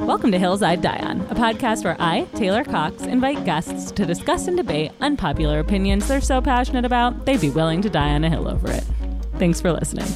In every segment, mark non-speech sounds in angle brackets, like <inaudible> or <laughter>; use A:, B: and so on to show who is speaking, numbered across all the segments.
A: Welcome to Hills I'd Die On, a podcast where I, Taylor Cox, invite guests to discuss and debate unpopular opinions they're so passionate about they'd be willing to die on a hill over it. Thanks for listening.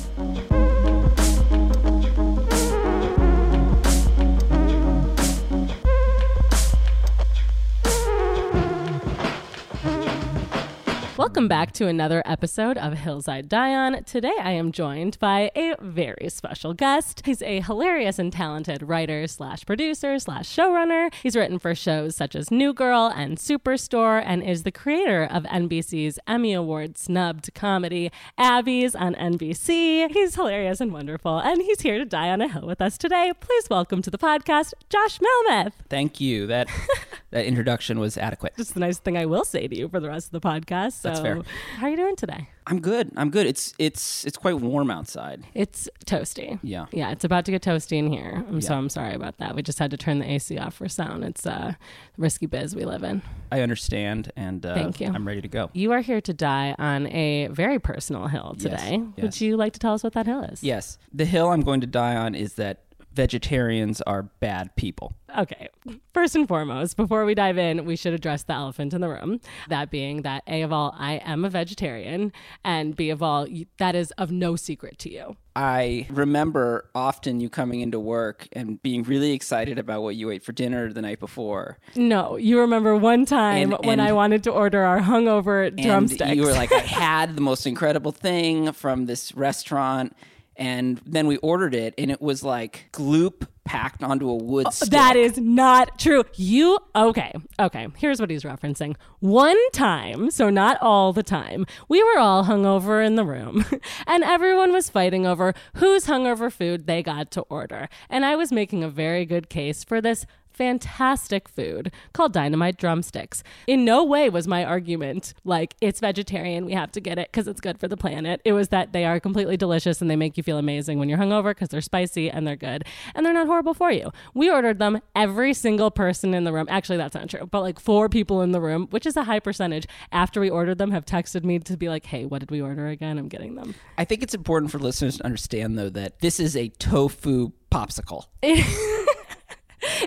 A: Welcome back to another episode of Hillside Dion. Today I am joined by a very special guest. He's a hilarious and talented writer slash producer slash showrunner. He's written for shows such as New Girl and Superstore and is the creator of NBC's Emmy Award snubbed comedy Abby's on NBC. He's hilarious and wonderful, and he's here to die on a hill with us today. Please welcome to the podcast, Josh Melmeth.
B: Thank you.
A: <laughs>
B: That that introduction was adequate.
A: It's the nice thing I will say to you for the rest of the podcast. So,
B: That's fair.
A: how are you doing today?
B: I'm good. I'm good. It's it's it's quite warm outside.
A: It's toasty.
B: Yeah.
A: Yeah, it's about to get toasty in here. I'm so
B: Yeah.
A: I'm sorry about that. We just had to turn the AC off for sound. It's uh, risky biz we live in.
B: I understand, and uh,
A: Thank you.
B: I'm ready to go.
A: You are here to die on a very personal hill
B: Yes,
A: today. Would
B: yes.
A: you like to tell us what that hill is?
B: Yes, the hill I'm going to die on is that vegetarians are bad people.
A: Okay. First and foremost, before we dive in, we should address the elephant in the room. That being that A of all, I am a vegetarian, and B of all, y- that is of no secret to you.
B: I remember often you coming into work and being really excited about what you ate for dinner the night before,
A: No, you remember one time
B: And-
A: when
B: and-
A: I wanted to order our hungover drumsticks.
B: and you were like, "I had the most incredible thing from this restaurant." And then we ordered it, and it was like gloop packed onto a wood stick.
A: Uh, That is not true. You okay? Okay. Here's what he's referencing. One time, so not all the time. We were all hungover in the room, <laughs> and everyone was fighting over whose hungover food they got to order. And I was making a very good case for this fantastic food called dynamite drumsticks. In no way was my argument like it's vegetarian, we have to get it because it's good for the planet. It was that they are completely delicious and they make you feel amazing when you're hungover because they're spicy and they're good and they're not horrible for you. We ordered them every single person in the room. Actually, that's not true, but like four people in the room, which is a high percentage. After we ordered them, have texted me to be like, "Hey, what did we order again? I'm getting them."
B: I think it's important for listeners to understand, though, that this is a tofu popsicle.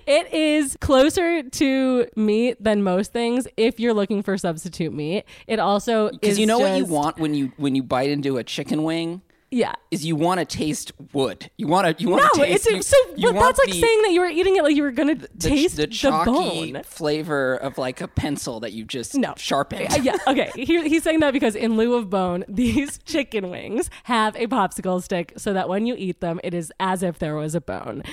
A: It is closer to meat than most things if you're looking for substitute meat. It also
B: Because
A: is
B: you know what you
A: just-
B: want when you when you bite into a chicken wing
A: Yeah.
B: is you want to taste wood. You want to you want
A: No,
B: to
A: it's
B: taste. you-
A: so.
B: you
A: but that's
B: want
A: like
B: the-
A: saying that you were eating it like you were gonna
B: the,
A: taste
B: the
A: the,
B: chalky
A: bone.
B: flavor of like a pencil that you just
A: No.
B: sharpened.
A: Uh, yeah,
B: <laughs>
A: okay. He, he's saying that because in lieu of bone, <laughs> these chicken wings have a popsicle stick so that when you eat them, it is as if there was a bone.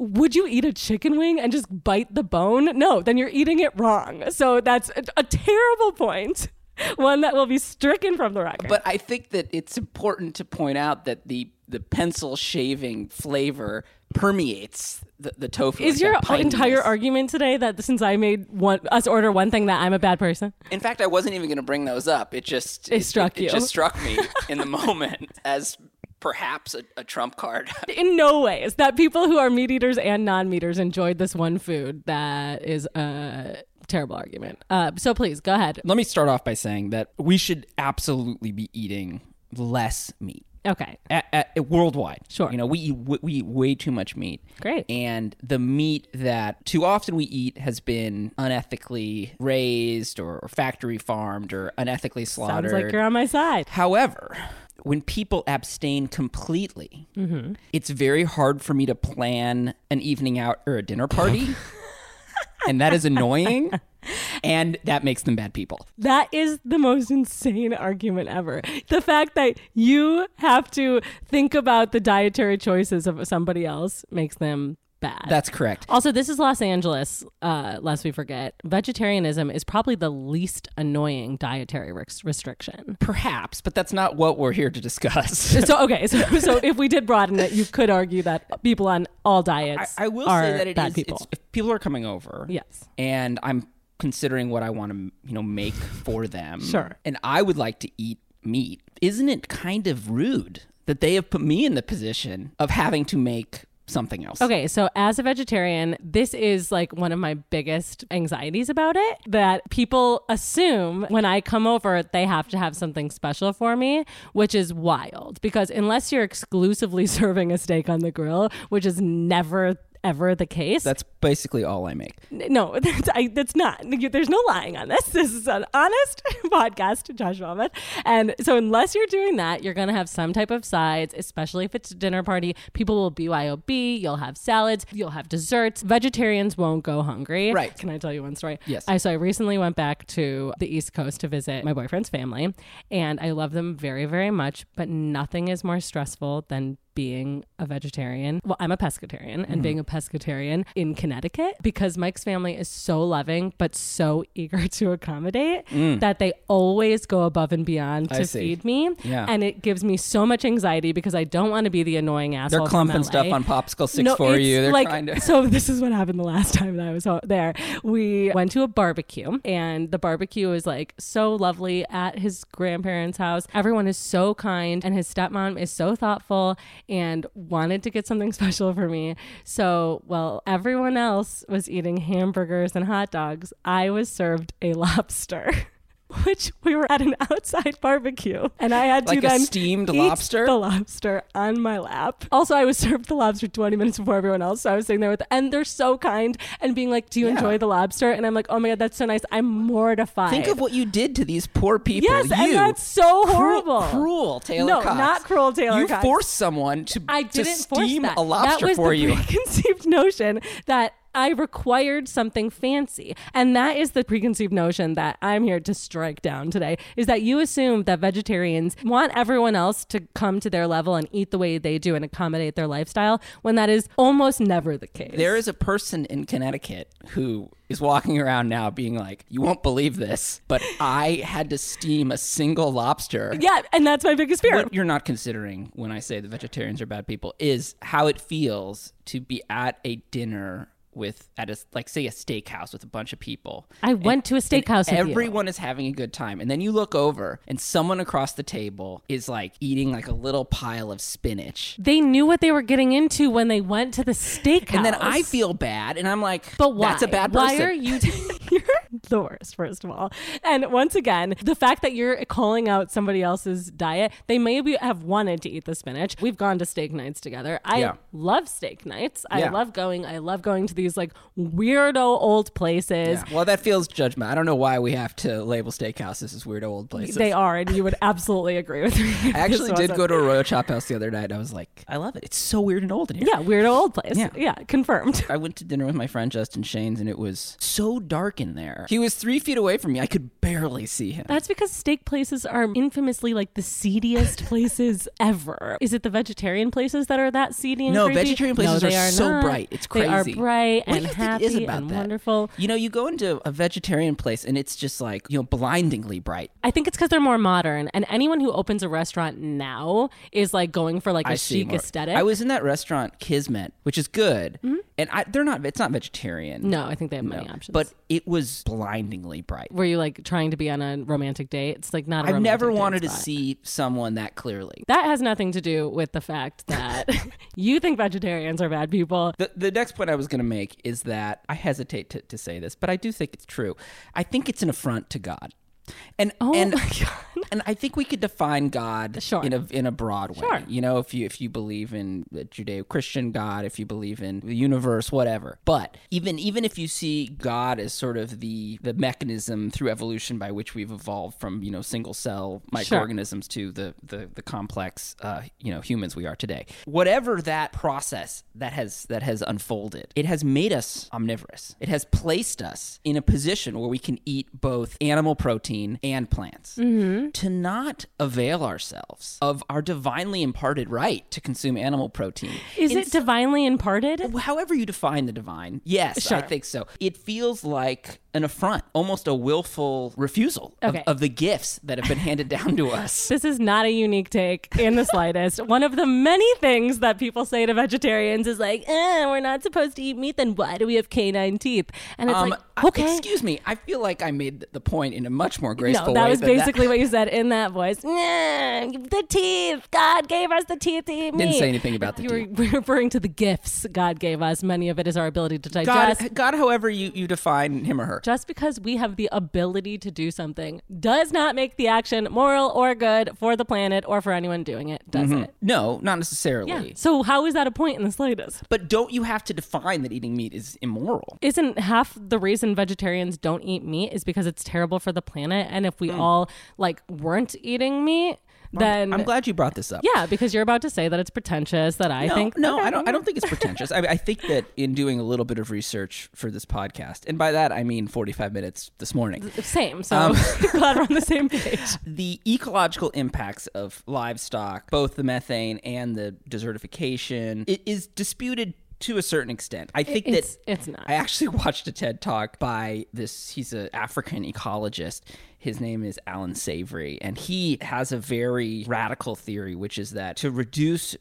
A: Would you eat a chicken wing and just bite the bone? No, then you're eating it wrong. So that's a, a terrible point, <laughs> one that will be stricken from the record.
B: But I think that it's important to point out that the the pencil shaving flavor permeates the, the tofu.
A: is
B: like
A: your
B: that pininess.
A: entire argument today that since I made one, us order one thing that I'm a bad person?
B: In fact, I wasn't even going to bring those up. It just
A: It struck
B: It,
A: you.
B: just struck me in the <laughs> moment as perhaps a, a trump card. <laughs>
A: in no way is that people who are meat eaters and non meat eaters enjoyed this one food that is a terrible argument. Uh, so please go ahead.
B: Let me start off by saying that we should absolutely be eating less meat.
A: Okay.
B: At, at, at- worldwide,
A: Sure.
B: You know, we eat, we, we eat way too much meat.
A: Great.
B: And the meat that too often we eat has been unethically raised or, or factory farmed or unethically slaughtered.
A: Sounds like you're on my side.
B: However, when people abstain completely, it's very hard for me to plan an evening out or a dinner party. and that is annoying. And that makes them bad people.
A: That is the most insane argument ever. The fact that you have to think about the dietary choices of somebody else makes them bad.
B: That's correct.
A: Also, this is Los Angeles, uh, lest we forget. Vegetarianism is probably the least annoying dietary rex- restriction.
B: Perhaps, but that's not what we're here to discuss.
A: <laughs> So okay, so so if we did broaden it, you could argue that people on all diets
B: I will
A: are
B: say that it is
A: bad people.
B: It's, if people are coming over,
A: Yes.
B: and I'm considering what I want to, you know, make for them.
A: Sure.
B: and I would like to eat meat. Isn't it kind of rude that they have put me in the position of having to make something else?
A: Okay, so as a vegetarian, this is like one of my biggest anxieties about it that people assume when I come over, they have to have something special for me, which is <laughs> wild because unless you're exclusively serving a steak on the grill, which is never ever the case.
B: That's basically all I make.
A: N- no, <laughs> that's, I, that's not. You- There's no lying on this. <laughs> This is an honest <laughs> podcast, Josh Mohammed. And so, unless you're doing that, you're going to have some type of sides, especially if it's a dinner party. People will BYOB. You'll have salads. You'll have desserts. Vegetarians won't go hungry.
B: Right.
A: Can I tell you one story?
B: Yes.
A: I, so, I recently went back to the East Coast to visit my boyfriend's family, and I love them very, very much, but nothing is more stressful than being a vegetarian. Well, I'm a pescatarian
B: Mm-hmm.
A: and being a pescatarian in Connecticut because Mike's family is so loving but so <laughs> eager to accommodate that they always go above and beyond
B: Mm. I
A: to
B: see.
A: feed me.
B: Yeah.
A: And it gives me so much anxiety because I don't want to be the annoying
B: They're
A: asshole. from
B: clumping stuff
A: LA.
B: on popsicle sticks
A: No,
B: for
A: it's
B: you. They're
A: like, <laughs>
B: trying to.
A: so this is what happened the last time that I was out there. We went to a barbecue and the barbecue is like so lovely at his grandparents' house. Everyone is so kind and his stepmom is so thoughtful and wanted to get something <laughs> special for me. So while everyone else was eating hamburgers and hot dogs, I was served a <laughs> lobster. Which we were at an outside barbecue, and I had
B: Like
A: to
B: a
A: then
B: steamed
A: eat
B: lobster?
A: the lobster on my lap. Also, I was <laughs> served the lobster 20 minutes before everyone else. So I was sitting there with, and they're so kind and being like, Do you
B: Yeah.
A: enjoy the lobster? And I'm like, Oh my God, that's so nice. I'm mortified.
B: Think of what you did to these poor people.
A: Yes,
B: you,
A: and that's so
B: cru-
A: horrible.
B: Cruel Taylor
A: No,
B: Cox.
A: not cruel Taylor
B: You
A: Cox.
B: forced someone to,
A: I
B: to
A: didn't force
B: steam
A: that.
B: a lobster
A: that was
B: for
A: the
B: you.
A: preconceived <laughs> notion that I required something fancy, and that is the preconceived notion that I'm here to strike down today. Is that you assume that vegetarians want everyone else to come to their level and eat the way they do and accommodate their lifestyle, when that is almost never the case.
B: There is a person in Connecticut who is walking around now being like, you won't believe this, but I had to steam a single lobster.
A: yeah, and that's my biggest fear.
B: What you're not considering when I say the vegetarians are bad people is how it feels to be at a dinner with at a like say a steakhouse with a bunch of people.
A: I went to a steakhouse. with you.
B: Everyone is having a good time, and then you look over and someone across the table is like eating like a little pile of spinach.
A: They knew what they were getting into when they went to the steakhouse.
B: And then I feel bad, and I'm like,
A: But why?
B: That's a bad
A: Why
B: person.
A: are you? <laughs> you're the worst, first of all. And once again, the fact that you're calling out somebody else's diet, they maybe have wanted to eat the spinach. We've gone to steak nights together. I
B: Yeah.
A: love steak nights. I
B: Yeah.
A: love going. I love going to these like weirdo old places.
B: Yeah. Well, that feels judgment. I don't know why we have to label steakhouses as weird old places.
A: They are, and you would absolutely agree with me. <laughs> if
B: I actually
A: this
B: did
A: wasn't-
B: go to a Royal Chop House the other night. And I was like, I love it. It's so weird and old in here.
A: Yeah, weirdo old place.
B: Yeah.
A: yeah confirmed.
B: I went to dinner with my friend Justin Shane's, and it was so dark in there. He was three feet away from me. I could barely see him.
A: That's because steak places are infamously like the seediest places
B: <laughs>
A: ever. Is it the vegetarian places that are that seedy and
B: No,
A: creepy?
B: vegetarian places
A: no,
B: are
A: they are
B: so
A: not.
B: bright. It's
A: They
B: crazy.
A: are bright
B: What
A: and
B: do you think
A: happy
B: it is about
A: and
B: that?
A: wonderful.
B: You know, you go into a vegetarian place, and it's just like you know, blindingly bright.
A: I think it's because they're more modern, and anyone who opens a restaurant now is like going for like a
B: I see
A: chic
B: more-
A: aesthetic. Mm-hmm.
B: I was in that restaurant Kismet, which is good, and I, they're not. It's not vegetarian.
A: no, I think they have many
B: No.
A: options.
B: But it was blindingly bright.
A: were you like trying to be on a romantic date? It's like not. i
B: I've never wanted to see someone that clearly.
A: That has nothing to do with the fact
B: <laughs>
A: that <laughs> you think vegetarians are bad people.
B: The, the next point I was going to make is that I hesitate to, to say this, but I do think it's true. I think it's an affront to God. And
A: Oh
B: and
A: my <laughs> god!
B: and I think we could define God
A: Sure.
B: in a in a broad way.
A: Sure.
B: You know, if you if you believe in the Judeo-Christian God, if you believe in the universe, whatever. But even even if you see God as sort of the the mechanism through evolution by which we've evolved from you know single cell microorganisms to the the the complex uh, you know humans we are today. Whatever that process that has that has unfolded, it has made us omnivorous. It has placed us in a position where we can eat both animal protein and plants
A: Mm-hmm.
B: to not avail ourselves of our divinely imparted right to consume animal protein.
A: Is it divinely imparted?
B: However, you define the divine, yes, I
A: Sure.
B: think so. It feels like an affront, almost a willful refusal of,
A: Okay.
B: of the gifts that have been handed down to us.
A: This is not a unique take in the slightest. One of the many things that people say to vegetarians is like, eh, we're not supposed to eat meat, then why do we have canine teeth? And it's
B: Um,
A: like,
B: I-
A: okay.
B: excuse me. I feel like I made the point in a much more graceful
A: no,
B: way.
A: that was
B: than
A: basically what you said. but in that voice, "Nah, the teeth. God gave us the teeth to eat meat.
B: Didn't say anything about the
A: you were
B: teeth.
A: we're <laughs> referring to the gifts God gave us. Many of it is our ability to
B: God,
A: digest.
B: God, however you, you define him or her.
A: Just because we have the ability to do something does not make the action moral or good for the planet or for anyone doing it, does
B: Mm-hmm.
A: it?
B: No, not necessarily.
A: Yeah. So how is that a point in the slightest?
B: But don't you have to define that eating meat is immoral?
A: Isn't half the reason vegetarians don't eat meat is because it's terrible for the planet? And if we all like weren't eating meat, then
B: I'm glad you brought this up.
A: yeah, because you're about to say that it's pretentious. That I
B: No,
A: think
B: no, I don't. I don't think it's pretentious. I, I think that in doing a little bit of research for this podcast, and by that I mean 45 minutes this morning,
A: same. So <laughs> glad we're on the same page.
B: the ecological impacts of livestock, both the methane and the desertification, it is disputed to a certain extent. I think
A: It's
B: that
A: it's not.
B: I actually <laughs> watched a TED talk by this. He's an African ecologist. His name is Alan Savory, and he has a very radical theory, which is that to reduce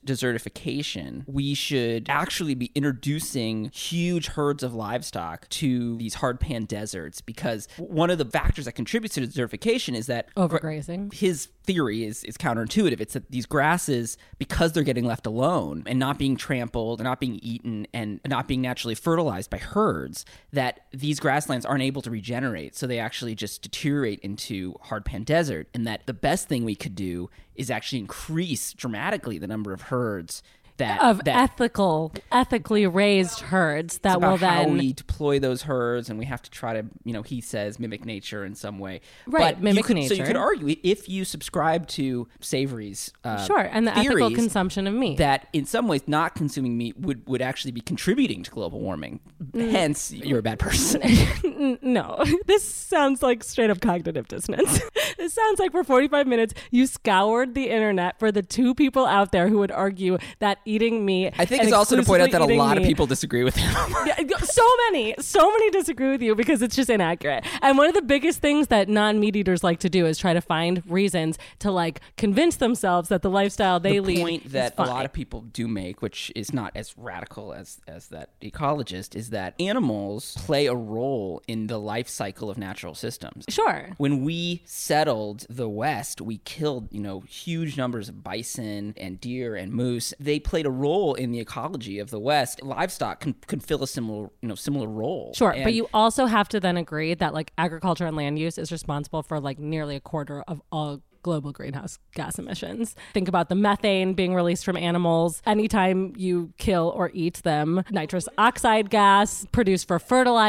B: desertification, we should actually be introducing huge herds of livestock to these hardpan deserts because one of the factors that contributes to desertification is that
A: Oh, Overgrazing.
B: his theory is is counterintuitive. It's that these grasses, because they're getting left alone and not being trampled, and not being eaten, and not being naturally fertilized by herds, that these grasslands aren't able to regenerate. So they actually just deteriorate into hardpan desert. And that the best thing we could do is actually increase dramatically the number of herds that
A: Of
B: that
A: ethical, ethically raised herds that
B: about
A: will
B: how
A: Uh, then
B: we deploy those herds, and we have to try to, you know, he says mimic nature in some way.
A: Right,
B: you
A: mimic
B: could- So you
A: nature.
B: could argue if you subscribe to Savory's uh,
A: sure and the ethical
B: theories,
A: consumption of meat.
B: that in some ways not consuming meat would would actually be contributing to global warming.
A: Mm.
B: Hence, you're a
A: <laughs>
B: bad person.
A: N- no, <laughs> this sounds like straight up cognitive dissonance. <laughs> this sounds like for 45 minutes, you scoured the internet for the two people out there who would argue that eating meat.
B: I think
A: and
B: it's also to point out that a
A: exclusively eating
B: lot of
A: meat-
B: people disagree with him.
A: Yeah, y- so many, so many disagree with you because it's just inaccurate. And one of the biggest things that non meat eaters like to do is try to find reasons to like convince themselves that the lifestyle they lead.
B: point
A: is
B: that a
A: fine.
B: lot of people do make, which is not as radical as as that ecologist, is that animals play a role in the life cycle of natural systems.
A: Sure.
B: When we settled the West, we killed, you know, huge numbers of bison and deer and moose. They played a role in the ecology of the West. Livestock can, can fill a similar, you know, similar role.
A: Sure, but
B: And-
A: you also have to then agree that like agriculture and land use is responsible for like nearly a quarter of all global greenhouse gas emissions. Think about the methane being released from animals anytime you kill or eat them, nitrous oxide gas produced for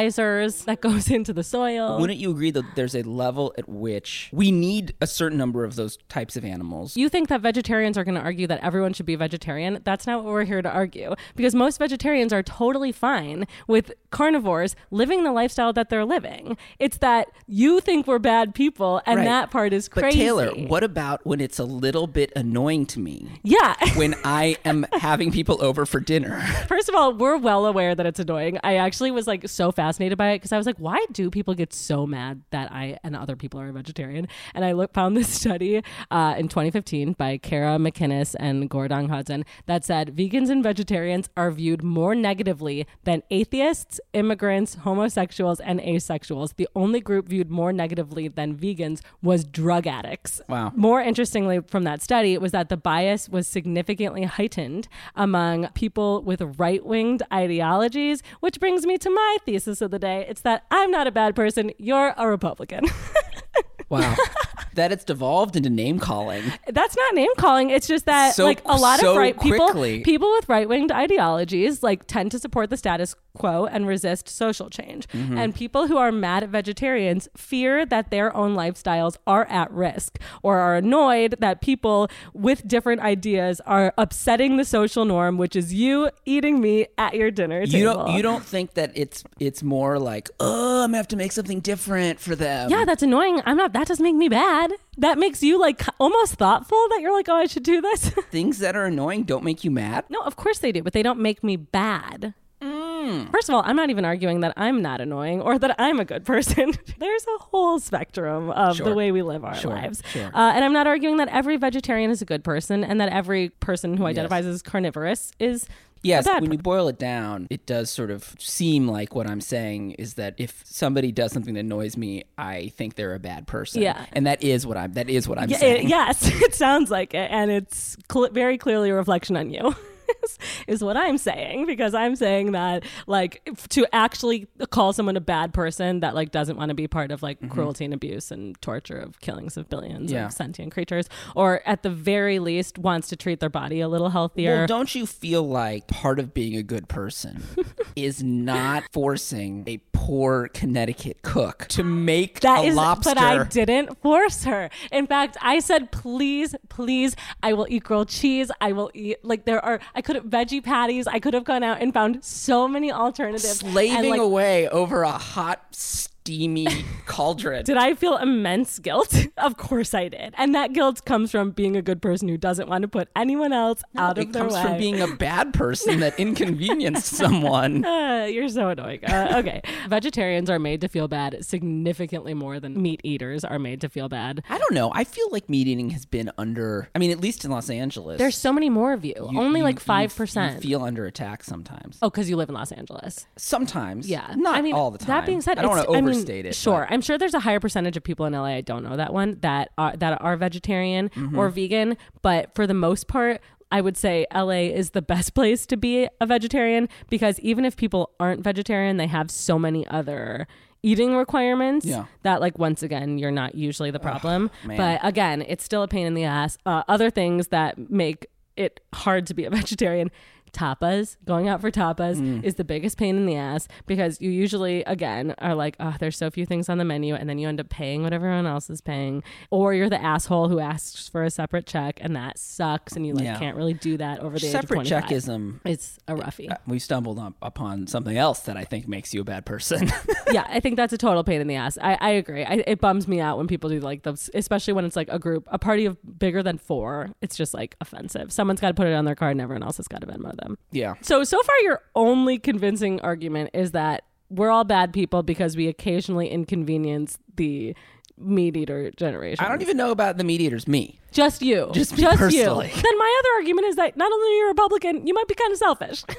A: fertilizers that goes <laughs> into the soil.
B: Wouldn't you agree that there's a level at which we need a certain number of those types of animals?
A: you think that vegetarians are going to argue that everyone should be vegetarian. That's not what we're here to argue because most vegetarians are totally fine with carnivores living the lifestyle that they're living. It's that you think we're bad people and
B: Right.
A: that part is
B: but
A: crazy.
B: Taylor, what about when it's a little bit annoying to me
A: yeah. <laughs>
B: when I am <laughs> having people over for dinner?
A: First of all, we're well aware that it's annoying. I actually was like so fascinated by it because I was like, why do people get so mad that I and other people are vegetarian? And I look, found this <laughs> study uh, in 2015 by Kara McInnes and Gordon Hudson that said vegans and vegetarians are viewed more negatively than atheists, immigrants, homosexuals, and asexuals. The only group viewed more negatively than vegans was drug addicts.
B: Wow.
A: More interestingly, from that study, was that the bias was significantly heightened among people with right winged ideologies, which brings me to my thesis of the day. It's that I'm not a bad person, you're a Republican. <laughs>
B: Wow. <laughs> that it's devolved into name calling.
A: That's not name calling. It's just that,
B: So-
A: like, a lot
B: so
A: of right people,
B: quickly.
A: people with right winged ideologies, like, tend to support the status quo and resist social change.
B: Mm-hmm.
A: And people who are mad at vegetarians fear that their own lifestyles are at risk or are annoyed that people with different ideas are upsetting the social norm, which is you eating meat at your dinner table.
B: You don't you don't think that it's it's more like, oh, I'm gonna have to make something different for them.
A: yeah, that's annoying. I'm not. That doesn't make me bad. That makes you like almost thoughtful that you're like, oh, I should do this. <laughs>
B: Things that are annoying don't make you mad.
A: No, of course they do, but they don't make me bad.
B: Mm.
A: First of all, I'm not even arguing that I'm not annoying or that I'm a good person. <laughs> There's a whole spectrum of the
B: Sure.
A: way we live our
B: Sure,
A: lives.
B: sure.
A: Uh, and I'm not arguing that every vegetarian is a good person and that every person who identifies as carnivorous is
B: Yes,
A: bad
B: when you boil it down, it does sort of seem like what I'm saying is that if somebody does something that annoys me, I think they're a bad person.
A: Yeah.
B: and that is what I'm. That is what I'm
A: Yeah,
B: saying.
A: it- yes, <laughs> it sounds like it, and it's cl- very clearly a reflection on you. <laughs> is- Is what I'm saying because I'm saying that like if- to actually call someone a bad person that like doesn't want to be part of like cruelty and abuse and torture of killings of billions
B: Mm-hmm. Yeah.
A: of sentient creatures, or at the very least wants to treat their body a little healthier.
B: Well, don't you feel like part of being a
A: <laughs>
B: good person is not forcing a poor Connecticut cook to make
A: That
B: a
A: is,
B: lobster?
A: but I didn't force her. In fact, I said, please, please, I will eat grilled cheese. I will eat like there are. I could have veggie patties. I could have gone out and found so many alternatives. And,
B: slaving
A: like,
B: away over a hot, steamy <laughs> cauldron.
A: Did I feel immense guilt? <laughs> of course I did, and that guilt comes from being a good person who doesn't want to put anyone else out of
B: it
A: their
B: comes
A: way.
B: from being a bad person
A: <laughs>
B: that inconvenienced someone.
A: Uh, you're so annoying.
B: <laughs>
A: Uh, okay, vegetarians are made to feel bad significantly more than meat eaters are made to feel bad.
B: I don't know. I feel like meat eating has been under. I mean, at least in Los Angeles,
A: There's so many more of you.
B: you-
A: Only
B: you-
A: like
B: you f-
A: five
B: you
A: percent.
B: Feel under attack sometimes.
A: Oh, because you live in Los Angeles.
B: Sometimes,
A: Yeah.
B: Not
A: I mean,
B: all the time.
A: That being said,
B: I don't
A: it's-
B: want to
A: mean,
B: overstate it. but-
A: Sure. I'm sure there's a higher percentage of people in LA, I don't know that one, that are, that are vegetarian
B: Mm-hmm.
A: or vegan. But for the most part, I would say LA is the best <laughs> place to be a vegetarian because even if people aren't vegetarian, they have so many other eating requirements
B: Yeah.
A: that like once again you're not usually the problem
B: man.
A: but again it's still a pain in the ass uh, other things that make it hard to be a <laughs> vegetarian tapas going out for tapas
B: Mm.
A: is the biggest pain in the ass because you usually again are like oh there's so few things on the menu and then you end up paying what everyone else is paying or you're the asshole who asks for a separate check and that sucks and you like
B: Yeah.
A: can't really do that over the
B: Separate Uh,
A: age of 25
B: checkism.
A: it's a roughie
B: We stumbled up upon something else that I think makes you a bad person. <laughs>
A: yeah, I think that's a total pain in the ass. I, I agree. I, it bums me out when people do like those, especially when it's like a group, a party of bigger than four. It's just like offensive. Someone's got to put it on their card, and everyone else has got to Venmo them.
B: yeah.
A: So so far, your only convincing argument is that we're all bad people because we occasionally inconvenience the meat eater generation.
B: I don't even know about the meat eaters. Me.
A: Just you.
B: Just me
A: just you.
B: personally. <laughs>
A: Then my other argument is that not only are you a Republican, you might be kind of selfish. <laughs>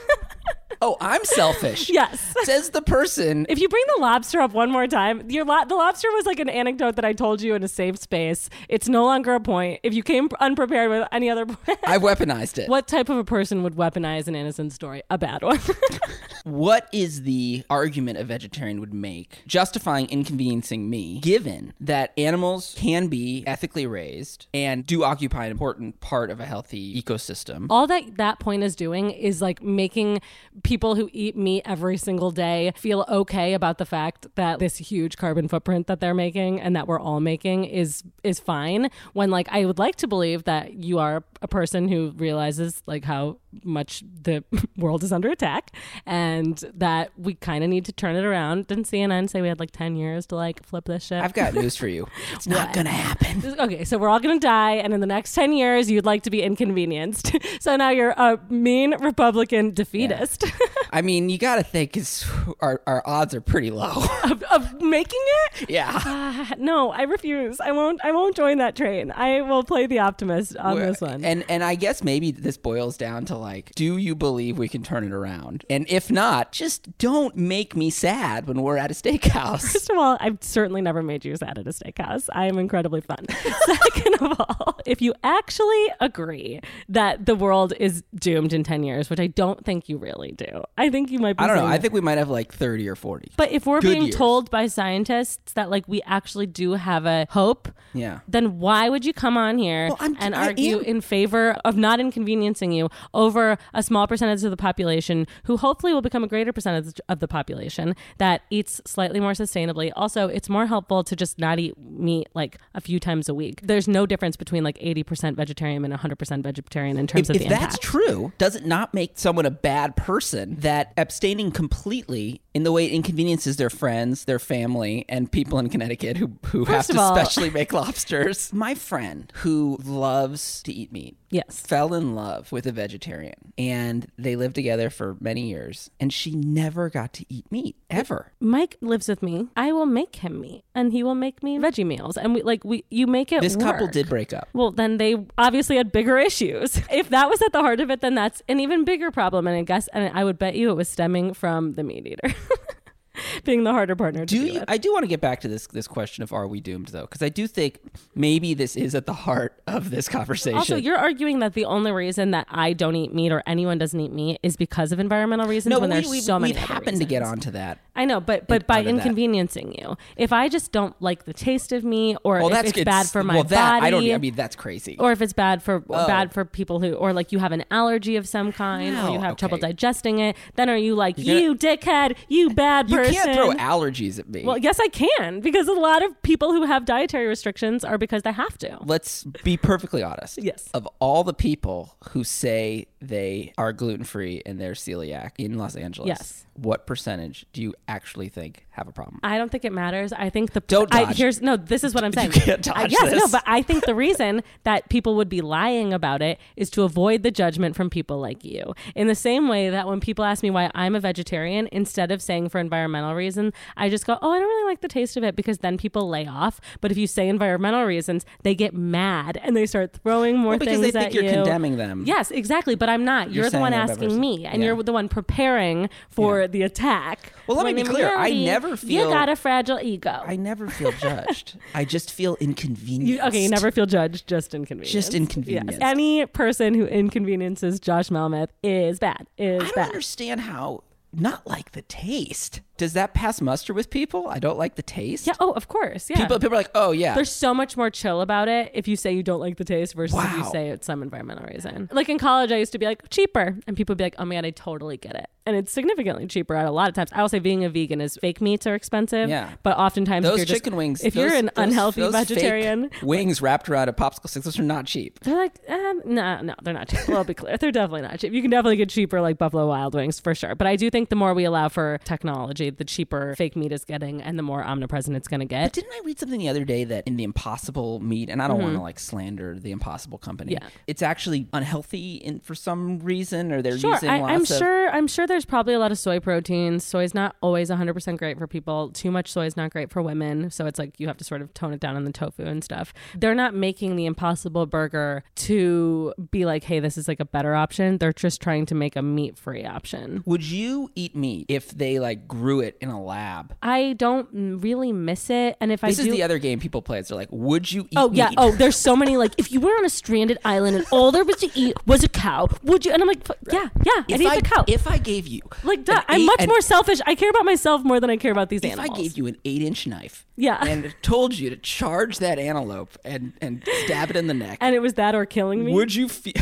B: Oh, I'm selfish.
A: yes.
B: Says the person.
A: If you bring the lobster up one more time, your lo- the lobster was like an anecdote that I told you in a safe space. It's no longer a point. If you came unprepared with any other <laughs> point,
B: I weaponized it.
A: what type of a person would weaponize an innocent story? A bad one. <laughs>
B: what is the argument a vegetarian would make justifying inconveniencing me, given that animals can be ethically raised and do occupy an important part of a healthy ecosystem?
A: All that that point is doing is like making people who eat meat every single day feel okay about the fact that this huge carbon footprint that they're making and that we're all making is is fine. When like I would like to believe that you are a person who realizes like how much the <laughs> world is under attack and that we kind of need to turn it around. Didn't CNN say we had like 10 years to like flip this shit?
B: I've got news
A: <laughs>
B: for you. It's not going to happen.
A: Okay, so we're all gonna die, and in the next ten years, you'd like to be inconvenienced. <laughs> so now you're a mean Republican defeatist
B: I mean, you got to think 'cause our, our odds are
A: <laughs>
B: pretty low.
A: <laughs> of, of making it.
B: yeah.
A: Ah, no, I refuse. I won't. I won't join that train. I will play the optimist on this one.
B: And and I guess maybe this boils down to like, do you believe we can turn it around? And if not, just don't make me sad when we're at a steakhouse.
A: First of all, I've certainly never made you sad at a steakhouse. I am incredibly fun. <laughs> Second of all, if you actually agree that the world is doomed in 10 years, which I don't think you really do, I think you might be
B: I don't know.
A: saying
B: I
A: that.
B: think we might have like 30 or 40.
A: But if we're
B: Good
A: being
B: years.
A: told by scientists that like we actually do have a hope,
B: Yeah.
A: then why would you come on here
B: Well, I'm-
A: and
B: I
A: argue
B: am-
A: in favor of not inconveniencing you over a small percentage of the population who hopefully will become a greater percentage of the population that eats slightly more sustainably? Also, it's more helpful to just not eat meat like a few times a week. There's no difference between like 80% vegetarian and 100% vegetarian in terms
B: If,
A: of
B: if
A: the
B: that's
A: impact.
B: true, does it not make someone a bad person that abstaining completely in the way it inconveniences their friends, their family, and people in Connecticut who, who have
A: First of
B: to
A: all-
B: specially make lobsters. <laughs> My friend who loves to eat meat
A: Yes.
B: fell in love with a vegetarian and they lived together for many years and she never got to eat meat ever.
A: Mike lives with me. I will make him meat, and he will make me veggie meals, and we like we you make it.
B: This couple
A: work.
B: did break up.
A: Well, then they obviously had bigger <laughs> issues. If that was at the heart of it, then that's an even bigger problem. And I guess, and I would bet you it was stemming from the meat eater <laughs> being the harder partner.
B: Do
A: to be
B: you,
A: with.
B: I do want to get back to this this question of are we doomed though? Because I do think maybe this is at the heart of this conversation.
A: Also, you're arguing that the only reason that I don't eat meat or anyone doesn't eat meat is because of environmental reasons.
B: no,
A: when
B: we,
A: there's
B: we,
A: so many
B: we've
A: other
B: happened to get
A: reasons.
B: onto that.
A: I know, but but by
B: out of that.
A: inconveniencing you, if I just don't like the taste of meat, or if it's, bad for my
B: well, that,
A: body,
B: I don't. e-, I mean, that's crazy.
A: or if it's bad for
B: Oh.
A: bad for people who, or like you have an allergy of some kind, or
B: Wow,
A: you have trouble
B: okay.
A: digesting it, then are you like
B: gonna-
A: you dickhead, you bad
B: you
A: person?
B: can't throw allergies at me.
A: well, yes, I can because a lot of people who have dietary restrictions are because they have to.
B: Let's be perfectly honest.
A: Yes.
B: Of all the people who say they are gluten free and they're celiac in Los Angeles,
A: Yes.
B: what percentage do you actually think have a problem?
A: I don't think it matters. I think the
B: Don't
A: I,
B: dodge.
A: here's no. This is what
B: <laughs>
A: I'm saying.
B: can't dodge
A: I- yes, no,
B: this.
A: but I think the reason that people would be lying about it is to avoid the judgment from people like you. In the same way that when people ask me why I'm a vegetarian, instead of saying for environmental reason, I just go, "Oh, I don't really like the taste of it," because then people lay off. But if you say environmental reasons, they get mad and they start throwing more
B: Well, because
A: things
B: they think
A: at
B: you're
A: you.
B: condemning them.
A: Yes, exactly. But I'm not. You're, the
B: saying
A: one
B: they're better-
A: asking me, and
B: Yeah.
A: you're the one preparing for the attack.
B: Well, let me
A: When
B: be
A: in
B: clear, I
A: reality,
B: never
A: you
B: feel-
A: got a fragile ego.
B: I never feel judged. I just feel inconvenienced.
A: You- okay, you never feel judged, just inconvenienced.
B: Just inconvenienced.
A: Yes. Any person who inconveniences Josh Melmeth is bad. Is
B: I don't
A: bad.
B: understand how not like the taste. Does that pass muster with people? I don't like the taste.
A: Yeah. Oh, of course. Yeah.
B: People, people are like, oh yeah.
A: There's so much more chill about it if you say you don't like the taste versus if you
B: Wow.
A: say it's some environmental reason. Like in college, I used to be like cheaper, and people would be like, "Oh my god, I totally get it," and it's significantly cheaper at a lot of times. I will say being a vegan is fake meats are expensive,
B: Yeah.
A: but oftentimes if
B: those
A: you're just-
B: chicken wings.
A: if you're
B: those-
A: an
B: those-
A: unhealthy
B: those fake
A: vegetarian,
B: wings wrapped around a popsicle stick. Those are not cheap.
A: They're like, um, no, no, they're not cheap. We'll be clear. They're definitely not cheap. You can definitely get cheaper like Buffalo Wild Wings for sure. But I do think the more we allow for technology, the cheaper fake meat is getting and the more omnipresent it's going to get.
B: Didn't I read something the other day that in the Impossible meat, and I don't want to like slander the Impossible company.
A: Mm-hmm. Yeah.
B: it's actually unhealthy in, for some reason, or they're
A: Sure,
B: using
A: I,
B: lots
A: I'm
B: of.
A: sure. I'm sure there's probably a lot of soy protein. Soy's not always 100 percent great for people. Too much soy is not great for women. So it's like you have to sort of tone it down on the tofu and stuff. They're not making the Impossible Burger to be like, hey, this is like a better option. They're just trying to make a meat-free option.
B: Would you eat meat if they like grew it in a lab?
A: I don't m- really miss it, and if
B: This
A: I
B: is
A: do,
B: the other game people play. It's they're like, would you eat
A: oh yeah,
B: meat?
A: oh, there's so many like if you were on a stranded island and all there was to eat was a cow, would you? And I'm like, "Fu- yeah, yeah, I'd
B: if
A: eat
B: I,
A: the cow.
B: if I gave you
A: like, duh,
B: an
A: I'm
B: eight-
A: much
B: an-
A: more selfish. I care about myself more than I care about these
B: If
A: animals.
B: I gave you an eight-inch knife,
A: Yeah.
B: and told you to charge that antelope and and stab it in the neck,
A: <laughs> and it was that or killing me,
B: would you feel?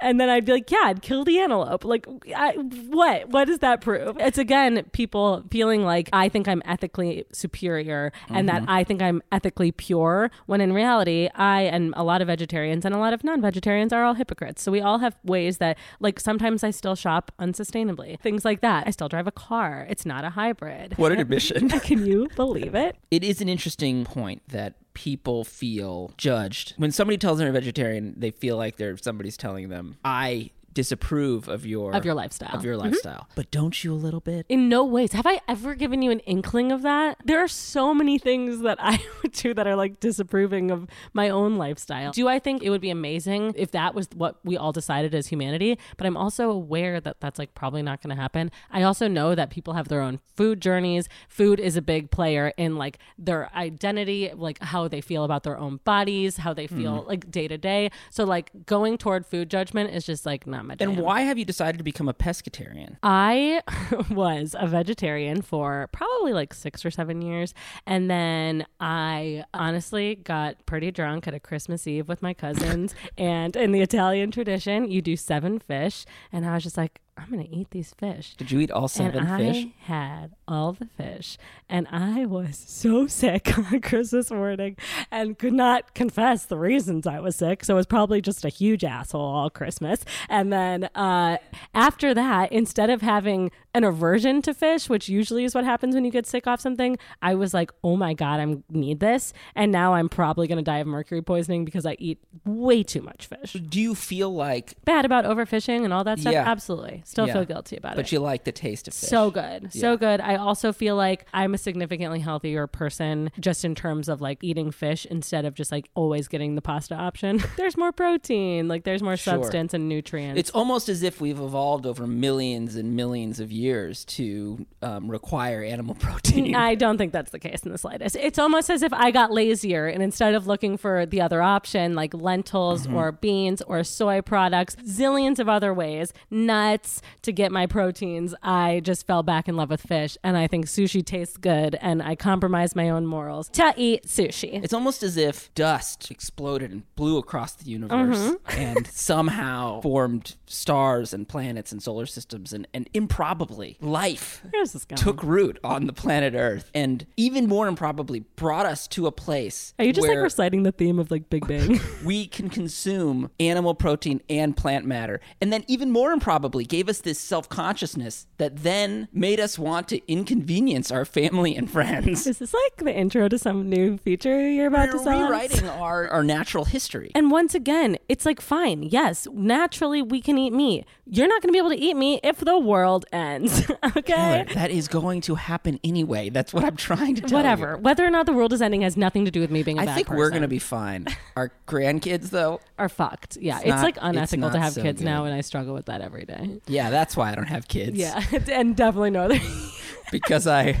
A: and then I'd be like, yeah, I'd kill the antelope. Like, I, what? What does that prove? It's again people feeling like I think I'm ethically superior and that
B: Mm-hmm.
A: I think I'm ethically pure, when in reality, I and a lot of vegetarians and a lot of non vegetarians are all hypocrites. So we all have ways that, like, sometimes I still shop unsustainably, things like that. I still drive a car, it's not a hybrid.
B: <laughs> what an
A: <laughs>
B: admission!
A: Can you believe it?
B: it is an interesting point that people feel judged when somebody tells them they're vegetarian they feel like they're somebody's telling them i disapprove of your
A: Of your lifestyle. Mm-hmm.
B: of your lifestyle but don't you a little bit
A: In no ways. Have I ever given you an inkling of that? There are so many things that I <laughs> would do that are like disapproving of my own lifestyle. Do I think it would be amazing if that was what we all decided as humanity? But I'm also aware that that's like probably not going to happen. I also know that people have their own food journeys. Food is a big player in like their identity, like how they feel about their own bodies, how they feel like day to day. So, like, going toward food judgment is just like not my jam.
B: and why have you decided to become a pescatarian
A: I <laughs> was a vegetarian for probably like six or seven years. And then I honestly got pretty drunk at a Christmas Eve with my cousins. and in the Italian tradition, you do seven fish. And I was just like, I'm going to eat these fish.
B: Did you eat all
A: And
B: seven
A: I
B: fish?
A: had all the fish, and I was so sick <laughs> on Christmas morning and could not confess the reasons I was sick. So I was probably just a huge asshole all Christmas. And then uh, after that, instead of having an aversion to fish, which usually is what happens when you get sick off something, I was like, oh my God, I need this. And now I'm probably going to die of mercury poisoning because I eat way too much fish.
B: Do you feel like,
A: Bad about overfishing and all that stuff?
B: Yeah.
A: Absolutely. Still
B: Yeah.
A: feel guilty about it.
B: but you like the taste of fish?
A: So good. So
B: Yeah.
A: good. I also feel like I'm a significantly healthier person just in terms of like eating fish instead of just like always getting the pasta option. <laughs> there's more protein, like there's more
B: Sure.
A: substance and nutrients.
B: It's almost as if we've evolved over millions and millions of years to um, require animal <laughs> protein.
A: I don't think that's the case in the slightest. It's almost as if I got lazier and instead of looking for the other option, like lentils
B: Mm-hmm.
A: or beans or soy products, zillions of other ways, nuts to get my proteins, I just fell back in love with fish. And I think sushi tastes good. And I compromised my own morals to eat sushi.
B: It's almost as if dust exploded and blew across the universe
A: Mm-hmm.
B: <laughs> and somehow formed stars and planets and solar systems and, and improbably life
A: Where's this going?
B: took root on the planet Earth and even more improbably brought us to a place
A: Are you just like
B: where
A: reciting the theme of like Big
B: <laughs>
A: Bang?
B: we can consume animal protein and plant matter. And then even more improbably gave us this self-consciousness that then made us want to inconvenience our family and friends.
A: Is this like the intro to some new feature you're about to
B: We're
A: sell? us?
B: rewriting our, our natural history.
A: And once again, it's like, fine, yes, naturally we can eat meat. You're not going to be able to eat meat if the world ends. <laughs> okay?
B: Taylor, that is going to happen anyway. That's what I'm trying to tell you.
A: Whatever. Whether or not the world is ending has nothing to do with me being a
B: I
A: bad
B: think
A: person.
B: we're going to be <laughs> fine. Our grandkids, though,
A: are fucked. Yeah, it's,
B: not-
A: like
B: it's
A: unethical to
B: not
A: have
B: so
A: kids
B: good.
A: now, and I struggle with that every day.
B: yeah, that's why I don't have kids. <laughs>
A: Yeah, <laughs> and definitely no other.
B: Because <laughs> I,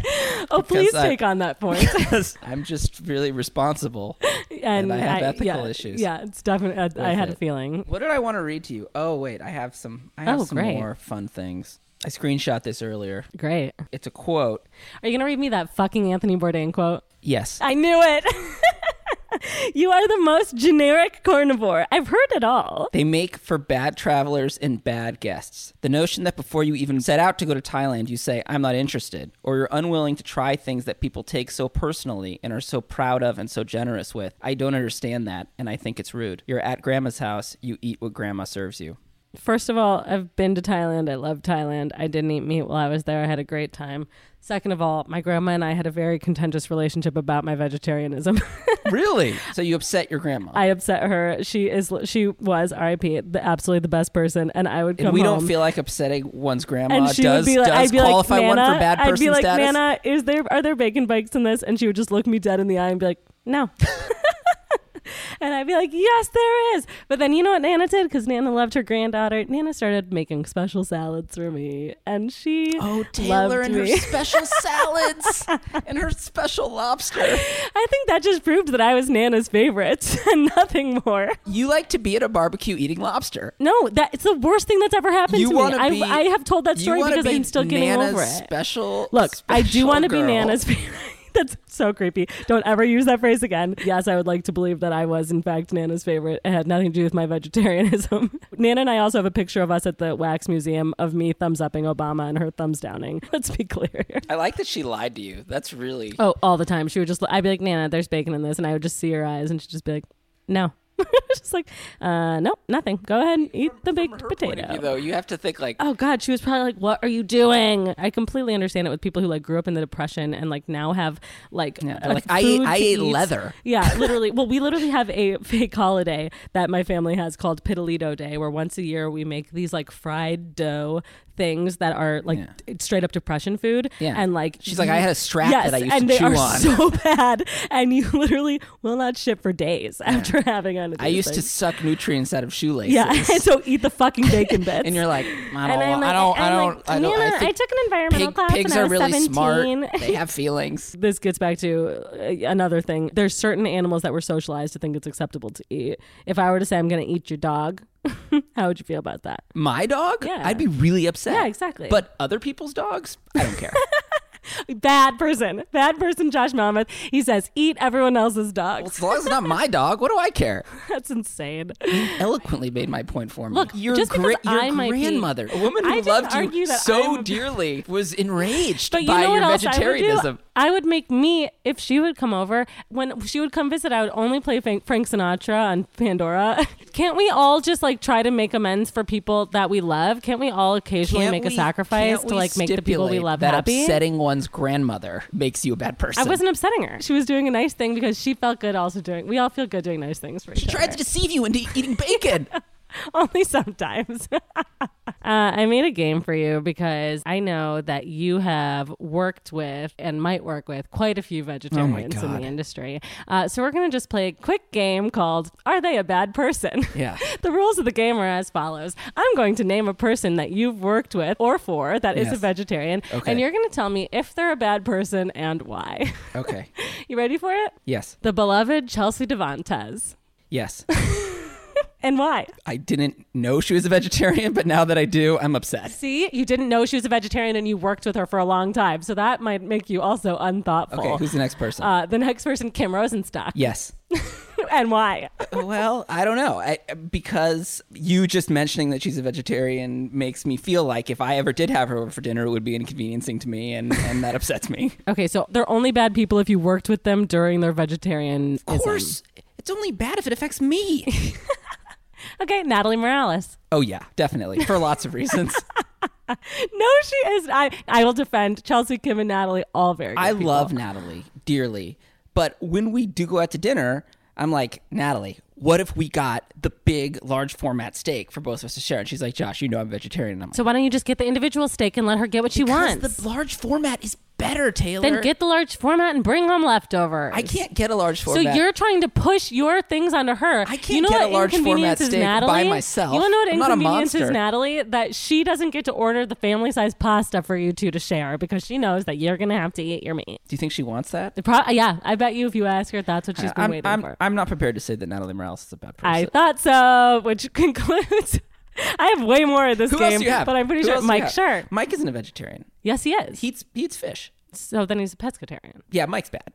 A: oh, please
B: I-
A: take on that point.
B: <laughs> because I'm just really responsible.
A: And,
B: I have ethical
A: yeah,
B: issues.
A: Yeah, it's definitely. I, I had a
B: it.
A: feeling.
B: What did I want to read to you? Oh, wait, I have some, I have
A: Oh,
B: some
A: great.
B: more fun things. I screenshot this earlier.
A: Great.
B: It's a quote.
A: Are you gonna read me that fucking Anthony Bourdain quote?
B: Yes.
A: I knew it. <laughs> you are the most generic carnivore. I've heard it all.
B: They make for bad travelers and bad guests. The notion that before you even set out to go to Thailand, you say, I'm not interested, or you're unwilling to try things that people take so personally and are so proud of and so generous with. I don't understand that, and I think it's rude. You're at grandma's house, you eat what grandma serves you.
A: First of all, I've been to Thailand. I love Thailand. I didn't eat meat while I was there. I had a great time. Second of all, my grandma and I had a very contentious relationship about my vegetarianism. <laughs>
B: really? So you upset your grandma.
A: I upset her. She is she was R.I.P. the absolutely the best person, and I would come.
B: and we
A: home.
B: don't feel like upsetting one's grandma
A: and she
B: does,
A: would be like,
B: does
A: I'd be
B: qualify
A: like, Nana,
B: one for bad person
A: I'd be like,
B: status.
A: Nana, is there are there bacon bikes in this? And she would just look me dead in the eye and be like, no. <laughs> and I'd be like, yes, there is. But then you know what Nana did? Because Nana loved her granddaughter. Nana started making special salads for me, and she
B: Oh, Taylor
A: loved
B: and
A: me.
B: her special salads and her special
A: <laughs>
B: lobster.
A: I think that just proved that I was Nana's favorite <laughs> and nothing more.
B: You like to be at a barbecue eating lobster.
A: No, that it's the worst thing that's ever happened
B: You
A: to
B: want
A: me.
B: to
A: I,
B: be?
A: I have told that
B: you
A: story
B: wanna
A: because
B: be
A: I'm still getting
B: Nana's
A: over it.
B: Special.
A: Look, I do
B: special
A: want to be
B: girl.
A: Nana's favorite. <laughs> That's so creepy. Don't ever use that phrase again. Yes, I would like to believe that I was, in fact, Nana's favorite. It had nothing to do with my vegetarianism. <laughs> Nana and I also have a picture of us at the Wax Museum of me thumbs upping Obama and her thumbs downing. <laughs> Let's be clear.
B: I like that she lied to you. That's really.
A: Oh, all the time. She would just, I'd be like, Nana, there's bacon in this. And I would just see her eyes and she'd just be like, no. <laughs> just like, uh, nope, nothing. Go ahead and eat the baked
B: Her
A: potato.
B: point of view, though, you have to think like
A: Oh God, she was probably like, "What are you doing?" I completely understand it with people who like grew up in the depression and like now have like,
B: Yeah, they're
A: a
B: like, I ate-
A: food
B: I
A: to eat.
B: ate leather. <laughs>
A: Yeah, literally. well, we literally have a <laughs> fake holiday that my family has called Pitalito Day, where once a year we make these like fried dough things that are like
B: Yeah.
A: t- straight up depression food.
B: Yeah.
A: And like
B: she's like I had a strap
A: yes,
B: that I used
A: and
B: to
A: they
B: chew
A: are <laughs>
B: on.
A: so bad, and you <laughs> literally will not shit for days after <laughs> having on.
B: I used to suck nutrients out of shoelaces.
A: Yeah, <laughs> so eat the fucking
B: <laughs>
A: bacon bits.
B: And you're like, I
A: And
B: don't,
A: I'm like-
B: want- I don't, I
A: I'm
B: don't,
A: like,
B: I don't.
A: Nana,
B: I think
A: took an environmental
B: pig-
A: class
B: pigs
A: when I
B: are
A: was
B: really
A: 17.
B: <laughs>
A: <laughs>
B: smart. They have feelings.
A: This gets back to uh, another thing. There's certain animals that were socialized to think it's acceptable to eat. If I were to say I'm going to eat your dog, <laughs> how would you feel about that?
B: My dog,
A: Yeah.
B: I'd be really upset.
A: Yeah, exactly. <laughs>
B: But other people's dogs, I don't care.
A: Bad person. Bad person, Josh Mammoth. He says, eat everyone else's dogs. <laughs>
B: As long as it's not my dog, what do I care?
A: That's insane.
B: Eloquently made my point for me.
A: Look,
B: your
A: just because
B: your
A: I might be-
B: grandmother, a woman
A: I
B: who
A: didn't
B: loved
A: argue
B: you
A: that
B: so
A: I'm a-
B: dearly, was enraged
A: But you
B: by
A: know what
B: your
A: else I
B: vegetarianism.
A: would do? I would make me if she would come over when she would come visit. I would only play Frank Frank Sinatra on Pandora. <laughs> Can't we all just like try to make amends for people that we love? Can't we all occasionally
B: Can't
A: make a
B: we-
A: sacrifice
B: can't
A: to
B: we
A: like make the people we
B: stipulate
A: love
B: that
A: happy?
B: upsetting one's grandmother makes you a bad person.
A: I wasn't upsetting her. She was doing a nice thing because she felt good. Also doing, we all feel good doing nice things for each
B: She
A: other.
B: tried to deceive you into
A: <laughs>
B: eating bacon.
A: Only sometimes. <laughs> uh, I made a game for you because I know that you have worked with and might work with quite a few vegetarians in
B: Oh God.
A: the industry. Uh, so we're going to just play a quick game called Are They a Bad Person? <laughs>
B: Yeah.
A: the rules of the game are as follows I'm going to name a person that you've worked with or for that is a
B: Yes.
A: vegetarian,
B: Okay.
A: and you're going to tell me if they're a bad person and why. <laughs>
B: okay.
A: you ready for it?
B: Yes.
A: The beloved Chelsea Devantes.
B: Yes.
A: And why?
B: I didn't know she was a vegetarian, but now that I do, I'm upset.
A: See, you didn't know she was a vegetarian and you worked with her for a long time, so that might make you also unthoughtful.
B: Okay, who's the next person?
A: uh, the next person, Kim Rosenstock. <laughs>
B: yes.
A: and why?
B: well, I don't know. I, because you just mentioning that she's a vegetarian makes me feel like if I ever did have her over for dinner, it would be inconveniencing to me, and, and that upsets me.
A: Okay, so they're only bad people if you worked with them during their vegetarian.
B: <laughs> Of course, it's only bad if it affects me.
A: Okay, Natalie Morales.
B: <laughs> oh, yeah, definitely. For lots of reasons.
A: No, she is. I I will defend Chelsea, Kim, and Natalie. All very. Good
B: I
A: people.
B: love Natalie dearly, but when we do go out to dinner, I'm like, Natalie, what if we got the big, large format steak for both of us to share? And she's like, Josh, you know I'm vegetarian. And I'm like,
A: So why don't you just get the individual steak and let her get what she
B: "Because
A: wants?
B: the large format is better, Taylor.
A: then get the large format and bring home leftovers.
B: I can't get a large
A: So
B: format.
A: you're trying to push your things onto her.
B: can't
A: you know
B: get a
A: what
B: large
A: inconvenience
B: format
A: is
B: steak by
A: Natalie?
B: myself.
A: You wanna know what
B: I'm not a
A: inconvenience is
B: monster.
A: Natalie? That she doesn't get to order the family size pasta for you two to share because she knows that you're gonna have to eat your meat.
B: do you think she wants that?
A: The pro- yeah, I bet you if you ask her, that's what she's been
B: I'm,
A: waiting
B: I'm,
A: for.
B: I'm not prepared to say that Natalie Morales is a bad person.
A: I thought so, which <laughs> concludes. I have way more of this
B: Who
A: game,
B: else do you have?
A: but I'm pretty
B: Who
A: sure
B: else do you
A: Mike
B: have?
A: Sure.
B: Mike isn't a vegetarian.
A: Yes, he is.
B: He eats, he eats fish.
A: so then he's a pescatarian.
B: Yeah, Mike's bad.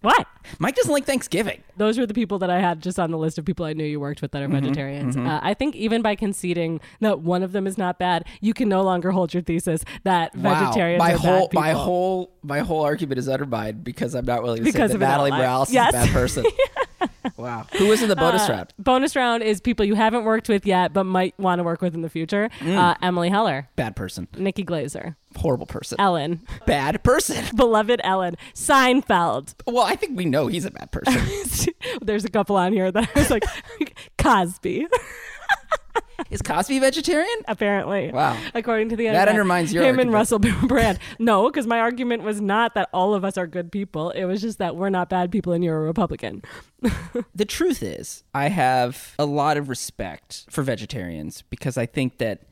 A: What?
B: Mike doesn't like Thanksgiving.
A: those were the people that I had just on the list of people I knew you worked with that are
B: Mm-hmm.
A: vegetarians. Uh, I think even by conceding that one of them is not bad, you can no longer hold your thesis that vegetarians
B: My
A: are
B: whole,
A: bad people.
B: my whole, my whole argument is undermined because I'm not willing to
A: Because
B: say that
A: of an
B: Natalie
A: outlier.
B: Morales
A: Yes. Uh,
B: is a
A: <laughs>
B: bad person. wow, who was in the bonus round?
A: Bonus round is people you haven't worked with yet but might want to work with in the future.
B: Mm.
A: Uh, Emily Heller,
B: Bad person,
A: Nikki Glazer,
B: horrible person,
A: Ellen, <laughs>
B: bad person.
A: beloved Ellen, Seinfeld. <laughs>
B: Well, I think we know he's a bad person.
A: There's a couple on here that I was like, <laughs> Cosby, <laughs>
B: is Cosby vegetarian?
A: apparently.
B: Wow.
A: According to the
B: That
A: internet,
B: undermines your
A: him and
B: argument.
A: Russell Brand. No, because my argument was not that all of us are good people. It was just that we're not bad people and you're a Republican.
B: The truth is, I have a lot of respect for vegetarians because I
A: <laughs>
B: think that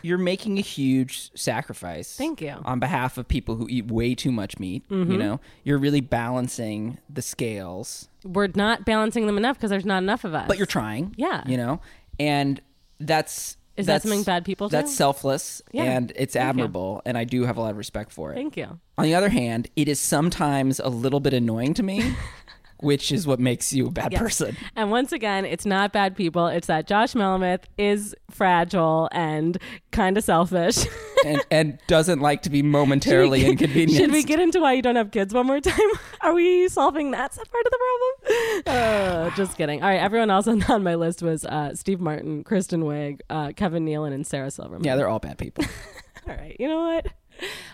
B: you're making a huge sacrifice.
A: Thank you. Mm-hmm.
B: On behalf of people who eat way too much meat, you know, you're really balancing the scales,
A: We're not balancing them enough because there's not enough of us.
B: but you're trying.
A: Yeah.
B: You know, and that's.
A: Is that
B: that's-
A: something bad people do?
B: That's selfless
A: Yeah.
B: and it's admirable, and I do have a lot of respect for it.
A: Thank you.
B: On the other hand, it is sometimes a little bit annoying
A: <laughs>
B: to me, which is what makes you a bad person.
A: And once again, it's not bad people. It's that Josh Melamath is fragile and kind of selfish. <laughs>
B: and, and doesn't like to be momentarily inconvenienced.
A: Should we get into why you don't have kids one more time? <laughs> Are we solving that part of
B: <laughs>
A: the problem? Uh, just kidding. All right, everyone else on, <laughs> on my list was uh, Steve Martin, Kristen Wiig, uh, Kevin Nealon, and Sarah Silverman.
B: yeah, they're all
A: <laughs>
B: bad people.
A: All right, you know what?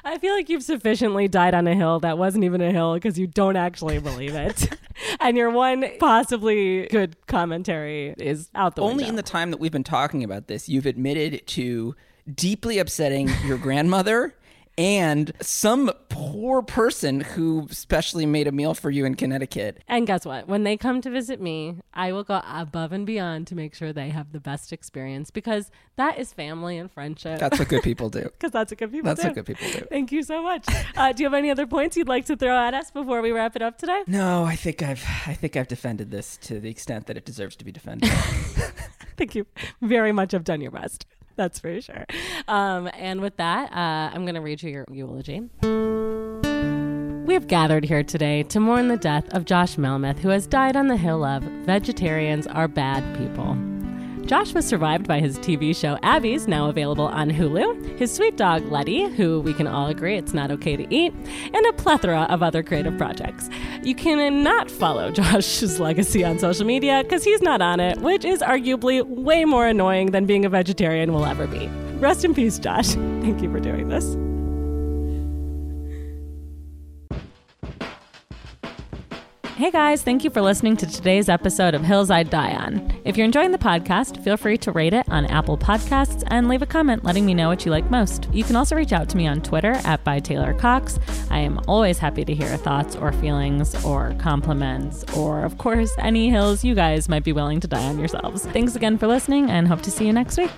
A: I feel like you've sufficiently died on a hill that wasn't even a hill because you don't actually believe
B: <laughs>
A: it. and your one possibly good commentary is out the
B: Only
A: window.
B: in the time that we've been talking about this, you've admitted to deeply upsetting your grandmother and some poor person who specially made a meal for you in Connecticut.
A: And guess what? When they come to visit me, I will go above and beyond to make sure they have the best experience because that is family and friendship.
B: That's what good people <laughs> do.
A: Because that's what good people
B: That's
A: do.
B: what good people do.
A: Thank you so much. Uh, do you have any other points you'd like to throw at us before we wrap it up today?
B: No, I think I've I think I've defended this to the extent that it deserves to be defended.
A: I think you very much have done your best. That's for sure. Um, and with that, uh, I'm going to read you your eulogy. have gathered here today to mourn the death of Josh Melmeth, who has died on the hill of Vegetarians Are Bad People. Josh was survived by his TV show Abby's, now available on Hulu, his sweet dog Letty, who we can all agree it's not okay to eat, and a plethora of other creative projects. You cannot follow <laughs> Josh's legacy on social media because he's not on it, which is arguably way more annoying than being a vegetarian will ever be. Rest in peace, Josh. <laughs> Thank you for doing this. Hey guys, thank you for listening to today's episode of Hills I'd Die On. If you're enjoying the podcast, feel free to rate it on Apple Podcasts and leave a comment letting me know what you like most. You can also reach out to me on Twitter at by Taylor Cox. I am always happy to hear thoughts or feelings or compliments or, of course, any hills you guys might be willing to die on yourselves. Thanks again for listening and hope to see you next week.